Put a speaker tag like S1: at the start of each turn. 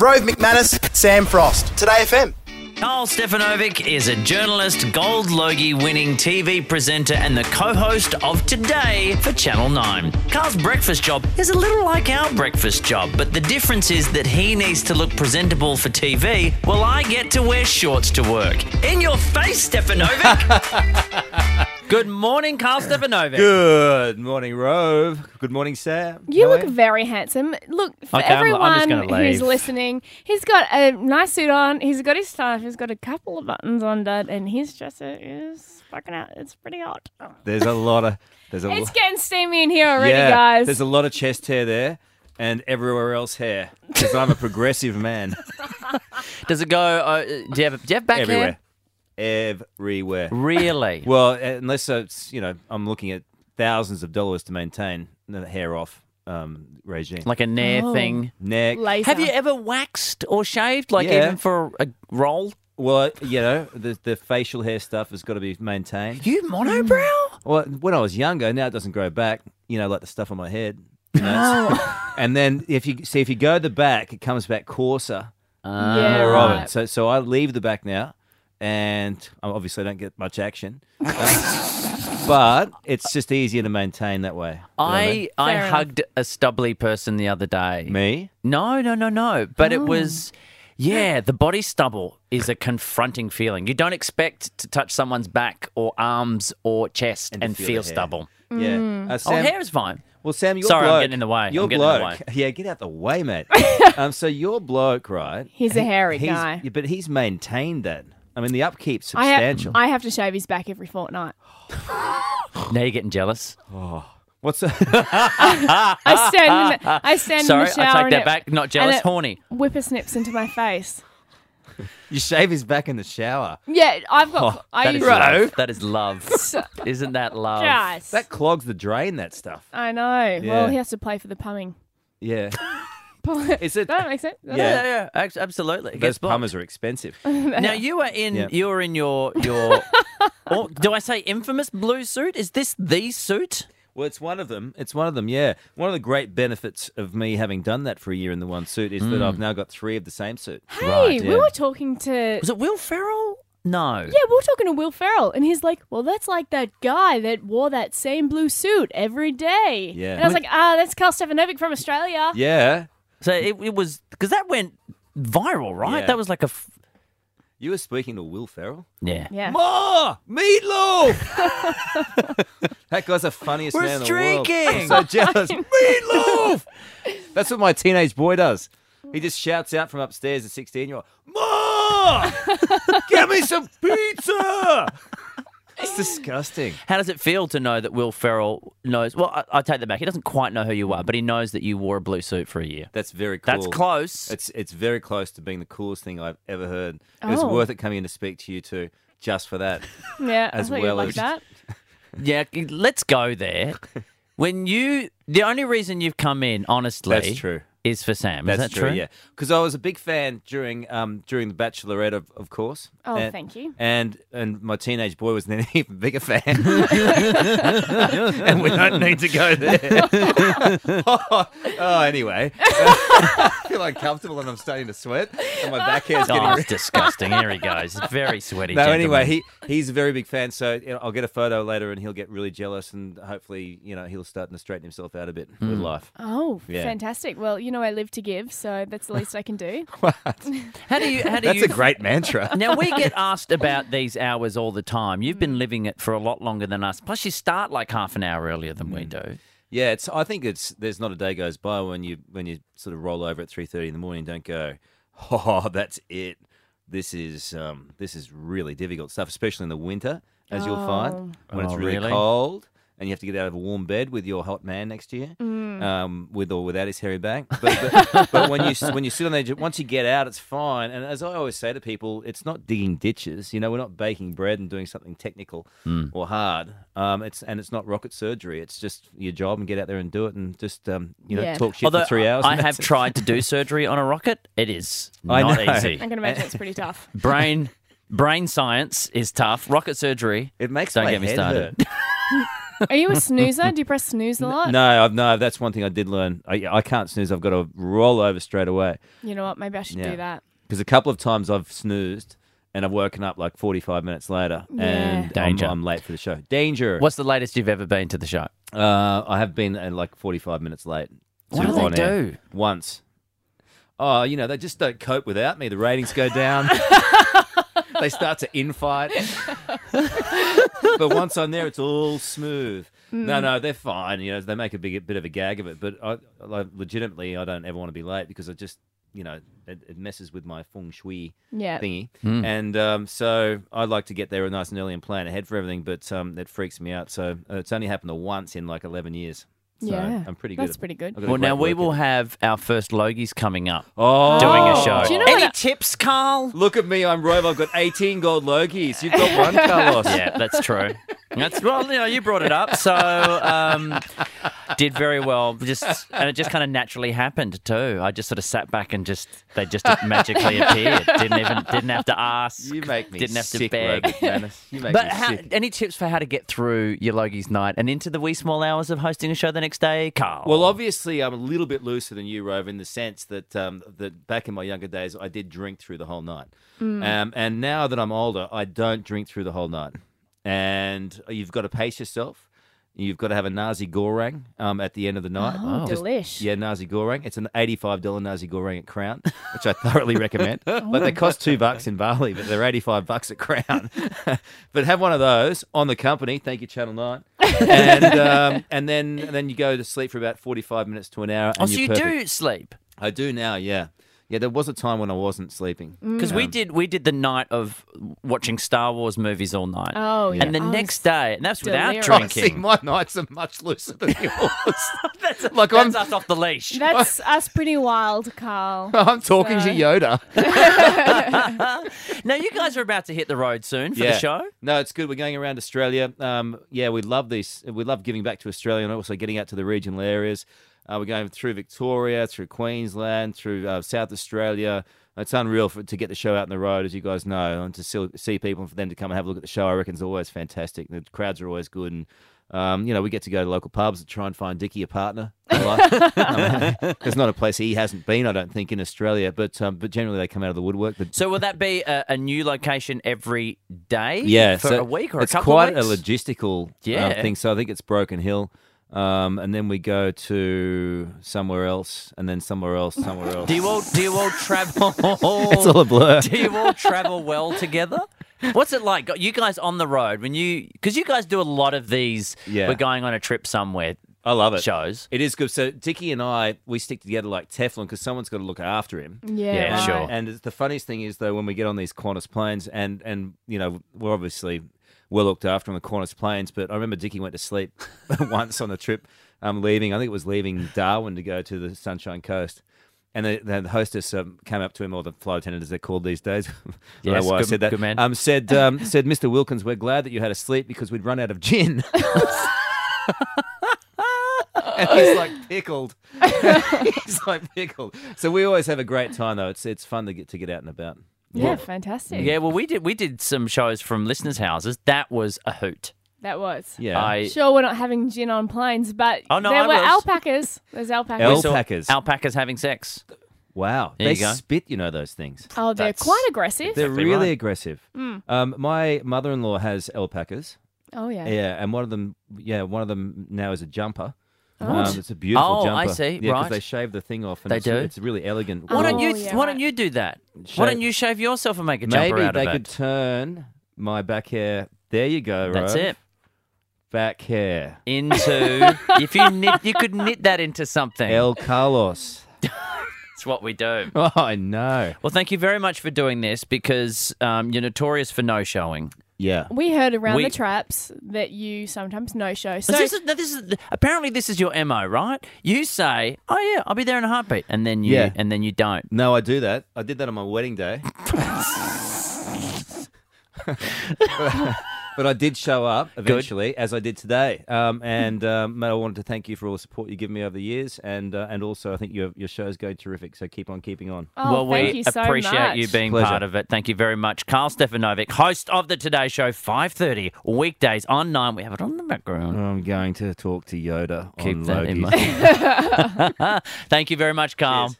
S1: Rove McManus, Sam Frost. Today FM.
S2: Carl Stefanovic is a journalist, Gold Logie winning TV presenter, and the co host of Today for Channel 9. Carl's breakfast job is a little like our breakfast job, but the difference is that he needs to look presentable for TV, while I get to wear shorts to work. In your face, Stefanovic! Good morning, Carl Stefanovic.
S3: Good morning, Rove. Good morning, Sam.
S4: You
S3: How
S4: look
S3: are
S4: very handsome. Look, for
S2: Okay, I'm-
S4: everyone
S2: I'm just gonna leave.
S4: who's listening, he's got a nice suit on, he's got his stuff, he's got a couple of buttons undone, and his dresser is fucking out. It's pretty hot.
S3: There's a lot of there's a
S4: It's
S3: lot,
S4: getting steamy in here already, guys.
S3: There's a lot of chest hair there, and everywhere else hair. Because I'm a progressive man.
S2: Does it go? Uh, do, you have, do you have back hair?
S3: Everywhere, everywhere.
S2: Really?
S3: Well, uh, unless it's you know I'm looking at thousands of dollars to maintain the hair off um, regime.
S2: like a Nair
S4: Oh.
S2: thing.
S3: neck.
S4: Laser.
S2: Have you ever waxed or shaved, like
S3: Yeah.
S2: even for a roll?
S3: Well, you know the the facial hair stuff has got to be maintained.
S2: You monobrow?
S3: Well, when I was younger, now it doesn't grow back. You know, like the stuff on my head. You know,
S4: Oh.
S3: and then if you see if you go the back, it comes back coarser,
S4: Yeah,
S2: Ah.
S3: more
S4: right.
S3: of it. So so I leave the back now, and I obviously don't get much action, Uh, but it's just easier to maintain that way. You know what
S2: I I
S4: Fair enough.
S2: hugged a stubbly person the other day.
S3: mean? me.
S2: No, no, no, no. But it was, yeah, the body stubble is a confronting feeling. You don't expect to touch someone's back or arms or chest and,
S3: to
S2: feel,
S3: feel the hair.
S2: stubble.
S3: Yeah.
S4: Mm.
S3: Uh,
S2: Oh,
S3: Sam,
S2: hair is fine.
S3: Well, Sam, your
S2: Sorry, I'm
S3: bloke,
S2: getting in the way.
S3: Your
S2: I'm getting in the
S3: bloke, yeah, get out the way, mate. um, so your bloke, right?
S4: He's a
S3: he-
S4: hairy
S3: he's-
S4: guy.
S3: yeah, but he's maintained that. I mean, the upkeep's
S4: I, ha-
S3: substantial.
S4: I have to shave his back every fortnight.
S2: Now you're getting jealous.
S3: What's the-
S4: I stand. In the, I stand
S2: Sorry,
S4: in the shower
S2: I take
S4: and
S2: that
S4: it
S2: back. Not jealous,
S4: it-
S2: horny.
S4: whippersnips into my face.
S3: you shave his back in the shower?
S4: Yeah, I've got. I
S2: Oh, That is
S4: use
S2: love. That is love. Isn't that love?
S4: Guys.
S3: That clogs the drain. That stuff.
S4: I know. Well,
S3: Yeah.
S4: he has to play for the plumbing.
S3: Yeah,
S4: Does
S3: is it?
S4: that make sense?
S2: Yeah, yeah, yeah, ac- absolutely. It
S3: Those
S2: gets blocked.
S3: plumbers are expensive.
S2: Now you were in
S3: Yeah.
S2: you were in your your or, do I say infamous blue suit? Is this the suit?
S3: Well, it's one of them. It's one of them. Yeah, one of the great benefits of me having done that for a year in the one suit is
S2: Hmm.
S3: that I've now got three of the same suit.
S4: Hey, we
S3: yeah.
S4: were talking to
S2: Was it Will Ferrell? No.
S4: Yeah, we were talking to Will Ferrell, and he's like, "Well, that's like that guy that wore that same blue suit every day."
S3: Yeah.
S4: and I was like, "Ah, that's Carl Stefanovic from Australia."
S3: Yeah,
S2: So it, it was because that went viral, right?
S3: Yeah.
S2: That was like a f-
S3: you were speaking to Will Ferrell.
S2: yeah.
S4: Yeah,
S3: Ma! Meatloaf! that guy's the funniest
S2: We're
S3: man in the world.
S2: streaking!
S3: I'm so jealous. Meatloaf! That's what my teenage boy does. He just shouts out from upstairs, a 16 year old, Ma! Get me some pizza! It's disgusting.
S2: How does it feel to know that Will Ferrell knows? Well, I, I take that back. He doesn't quite know who you are, but he knows that you wore a blue suit for a year.
S3: That's very cool. Uh,
S2: That's close.
S3: It's, it's very close to being the coolest thing I've ever heard. It was
S4: Oh.
S3: worth it coming in to speak to you two just for that.
S4: yeah.
S3: As
S4: I thought
S3: well
S4: you'd like
S3: as-
S4: that.
S2: yeah, c- let's go there. When you, the only reason you've come in, honestly,
S3: That's true.
S2: is for Sam.
S3: That's
S2: is that true?
S3: Yeah, because I was a big fan during um during the Bachelorette, of, of course.
S4: Oh,
S3: And-
S4: thank you.
S3: And and my teenage boy was an even bigger fan. and we don't need to go there. oh, anyway, I feel uncomfortable and I'm starting to sweat, and my back hair's getting.
S2: Oh, it's disgusting. Here he goes. Very sweaty.
S3: No,
S2: gentleman.
S3: anyway, he, he's a very big fan, so you know, I'll get a photo later, and he'll get really jealous, and hopefully, you know, he'll start to straighten himself out a bit
S2: Hmm.
S3: with life.
S4: Oh,
S3: Yeah.
S4: fantastic! Well, you know I live to give, so that's the least I can do.
S2: How do you? How do
S3: That's
S2: you?
S3: a great mantra.
S2: now we get asked about these hours all the time. You've been living it for a lot longer than us. Plus, you start like half an hour earlier than
S3: Hmm.
S2: we do.
S3: Yeah, it's. I think it's. There's not a day goes by when you when you sort of roll over at three thirty in the morning. and Don't go. Oh, that's it. This is um, this is really difficult stuff, especially in the winter, as you'll find when it's
S2: Oh,
S3: really,
S2: really?
S3: cold and you have to get out of a warm bed with your hot man next to you, um, with or without his hairy back. But, but, but when you s- when you sit on the edge, once you get out, it's fine. And as I always say to people, it's not digging ditches. You know, we're not baking bread and doing something technical
S2: Mm.
S3: or hard. Um, it's and it's not rocket surgery. It's just your job and get out there and do it and just um, you know
S4: Yeah.
S3: talk shit for three hours.
S2: I
S3: and
S2: have
S3: that's it.
S2: tried to do surgery on a rocket. It is
S3: I
S2: not
S3: know.
S4: I
S2: easy.
S4: can imagine it's pretty tough.
S2: Brain, brain science is tough. Rocket surgery.
S3: It makes
S2: Don't
S3: my
S2: get me
S3: head
S2: started.
S3: hurt.
S4: Are you a snoozer? Do you press snooze a lot?
S3: No, I've no. That's one thing I did learn. I, I can't snooze. I've got to roll over straight away
S4: You know what? Maybe I should
S3: Yeah.
S4: do that.
S3: because a couple of times I've snoozed and I've woken up like forty five minutes later and I'm-
S2: Danger.
S3: I'm, late for the show. Danger.
S2: What's the latest you've ever been to the show?
S3: Uh, I have been uh, like forty five minutes late.
S2: What
S3: to
S2: do they
S3: on air.
S2: do?
S3: Once. Oh, you know they just don't cope without me. The ratings go down. they start to infight. but once I'm there, it's all smooth. No,
S4: Mm.
S3: no, they're fine. You know, they make a big bit of a gag of it. But I, like, legitimately, I don't ever want to be late because I just, you know, it, it messes with my feng shui
S4: Yeah.
S3: thingy.
S2: Hmm.
S3: And um, so I like to get there nice and early and plan ahead for everything. But um, it freaks me out. So uh, it's only happened to once in like 11 years. So
S4: Yeah.
S3: I'm pretty good.
S4: That's
S3: at-
S4: pretty good.
S3: I've got a
S2: Well,
S3: great
S2: now we
S3: work
S2: will
S3: ethic.
S2: have our first Logies coming up
S3: Oh,
S2: doing a
S4: Oh.
S2: show.
S4: Do you know
S2: Any
S4: what I-
S2: tips, Carl?
S3: Look at me, I'm Rove. I've got 18 gold Logies. You've got one, Carlos.
S2: yeah, that's true. That's well, you know, you brought it up, so um, did very well. Just and it just kind of naturally happened too. I just sort of sat back and just they just magically appeared. Didn't even didn't have to ask.
S3: You make me
S2: didn't have to
S3: sick,
S2: beg.
S3: Rove McManus. You make
S2: But
S3: me
S2: how,
S3: sick.
S2: any tips for how to get through your Logies night and into the wee small hours of hosting a show the next day, Carl?
S3: Well, obviously, I'm a little bit looser than you, Rove, in the sense that um, that back in my younger days, I did drink through the whole night,
S4: Mm.
S3: um, and now that I'm older, I don't drink through the whole night. And you've got to pace yourself. You've got to have a nazi goreng um, at the end of the night.
S4: Oh,
S3: Just-
S4: delish.
S3: Yeah, nazi goreng. It's an eighty-five dollar nazi goreng at Crown, which I thoroughly recommend. like they cost two bucks in Bali, but they're eighty-five bucks at Crown. but have one of those on the company. Thank you, Channel Nine. and um, and then and then you go to sleep for about forty-five minutes to an hour. And
S2: oh, so
S3: you're
S2: you
S3: perfect.
S2: do sleep.
S3: I do now. Yeah, yeah. There was a time when I wasn't sleeping.
S2: Because we did we did the night of watching Star Wars movies all night.
S4: Oh, yeah.
S2: And the
S4: I was
S2: next day, and that's
S4: delirious.
S2: without
S3: I see,
S2: drinking.
S3: my nights are much looser than yours.
S2: That's,
S3: Like,
S2: that's
S3: I'm-
S2: us off the leash.
S4: That's us pretty wild, Carl.
S3: I'm talking to Yoda.
S2: now you guys are about to hit the road soon for the show.
S3: No, it's good. We're going around Australia. Um, yeah, we love these. We love giving back to Australia and also getting out to the regional areas. Uh, we're going through Victoria, through Queensland, through uh, South Australia. It's unreal for, to get the show out on the road, as you guys know, and to see, see people and for them to come and have a look at the show. I reckon is always fantastic. The crowds are always good, and um, you know we get to go to local pubs and try and find Dickie a partner. There's not a place he hasn't been, I don't think, in Australia. But um, but generally they come out of the woodwork. But
S2: So will that be a, a new location every day?
S3: yeah,
S2: for
S3: so
S2: a week or
S3: it's
S2: a couple
S3: quite
S2: of
S3: a
S2: weeks?
S3: logistical uh,
S2: Yeah.
S3: thing. So I think it's Broken Hill, um, and then we go to somewhere else, and then somewhere else, somewhere else.
S2: do you all do you all travel?
S3: it's all a blur.
S2: do you all travel well together? What's it like? Got You guys on the road when you because you guys do a lot of these.
S3: Yeah.
S2: we're going on a trip somewhere.
S3: I love it.
S2: Shows.
S3: It is good. So Dickie and I, we stick together like Teflon because someone's got to look after him.
S4: Yeah,
S2: Yeah,
S4: right.
S2: sure.
S3: And it's- the funniest thing is though, when we get on these Qantas planes, and and you know we're obviously well looked after on the Qantas planes, but I remember Dickie went to sleep once on the trip. um, leaving. I think it was leaving Darwin to go to the Sunshine Coast. And the, the hostess um, came up to him, or the flight attendant, as they're called these days. I don't
S2: Yes,
S3: know why
S2: good-
S3: I said that.
S2: good man.
S3: Um, said, um, said, Mr. Wilkins, we're glad that you had a sleep because we'd run out of gin. and
S2: Oh.
S3: he's like pickled. he's like pickled. So we always have a great time, though. It's it's fun to get to get out and about.
S4: Yeah, fantastic.
S2: Yeah, well, we did we did some shows from listeners' houses. That was a hoot.
S4: That was.
S3: Yeah.
S2: I
S4: Sure, we're not having gin on planes, but
S2: Oh, no,
S4: there
S2: I
S4: were
S2: was.
S4: alpacas. There's alpacas.
S3: Alp-
S2: saw
S3: Alpacas.
S2: alpacas having sex.
S3: wow,
S2: There
S3: they
S2: you go.
S3: spit. You know those things.
S4: oh, they're
S2: that's-
S4: quite aggressive.
S3: They're
S2: Exactly
S3: really
S2: right.
S3: aggressive. Um, my mother-in-law has alpacas.
S4: oh, yeah.
S3: Yeah, and one of them, yeah, one of them now is a jumper.
S4: Oh.
S3: Um, it's a beautiful
S2: Oh,
S3: jumper.
S2: I see,
S3: Yeah,
S2: right.
S3: they shave the thing off. And
S2: They
S3: it's,
S2: do?
S3: It's really elegant.
S2: Why don't
S4: Oh,
S2: you?
S4: yeah,
S2: why
S4: right.
S2: don't you do that?
S3: Shave-
S2: Why don't you shave yourself and make a jumper
S3: Maybe
S2: out
S3: they
S2: of
S3: could
S2: it?
S3: turn my back hair. There you go.
S2: That's
S3: Rove.
S2: it.
S3: Back hair.
S2: Into if you knit, you could knit that into something.
S3: El Carlos.
S2: It's what we do.
S3: Oh, I know.
S2: Well, thank you very much for doing this because um, you're notorious for no showing.
S3: Yeah.
S4: We heard around
S2: We-
S4: the traps that you sometimes no show. So,
S2: Is this is- now this is- apparently this is your mo, right? You say, "Oh yeah, I'll be there in a heartbeat," and then you
S3: Yeah.
S2: and then you don't.
S3: No, I do that. I did that on my wedding day. but I did show up eventually, as I did today. Um, and um, mate, I wanted to thank you for all the support you've given me over the years, and uh, and also I think your your shows go terrific. So keep on keeping on.
S4: Oh,
S2: well,
S4: thank
S2: we
S4: you so
S2: appreciate
S4: much.
S2: you being
S3: Pleasure.
S2: part of it. Thank you very much, Carl Stefanovic, host of the Today Show, five thirty weekdays on Nine. We have it on the background.
S3: I'm going to talk to Yoda
S2: Keep
S3: on
S2: that in
S3: Logi's
S2: mind. Thank you very much, Carl.
S3: Cheers.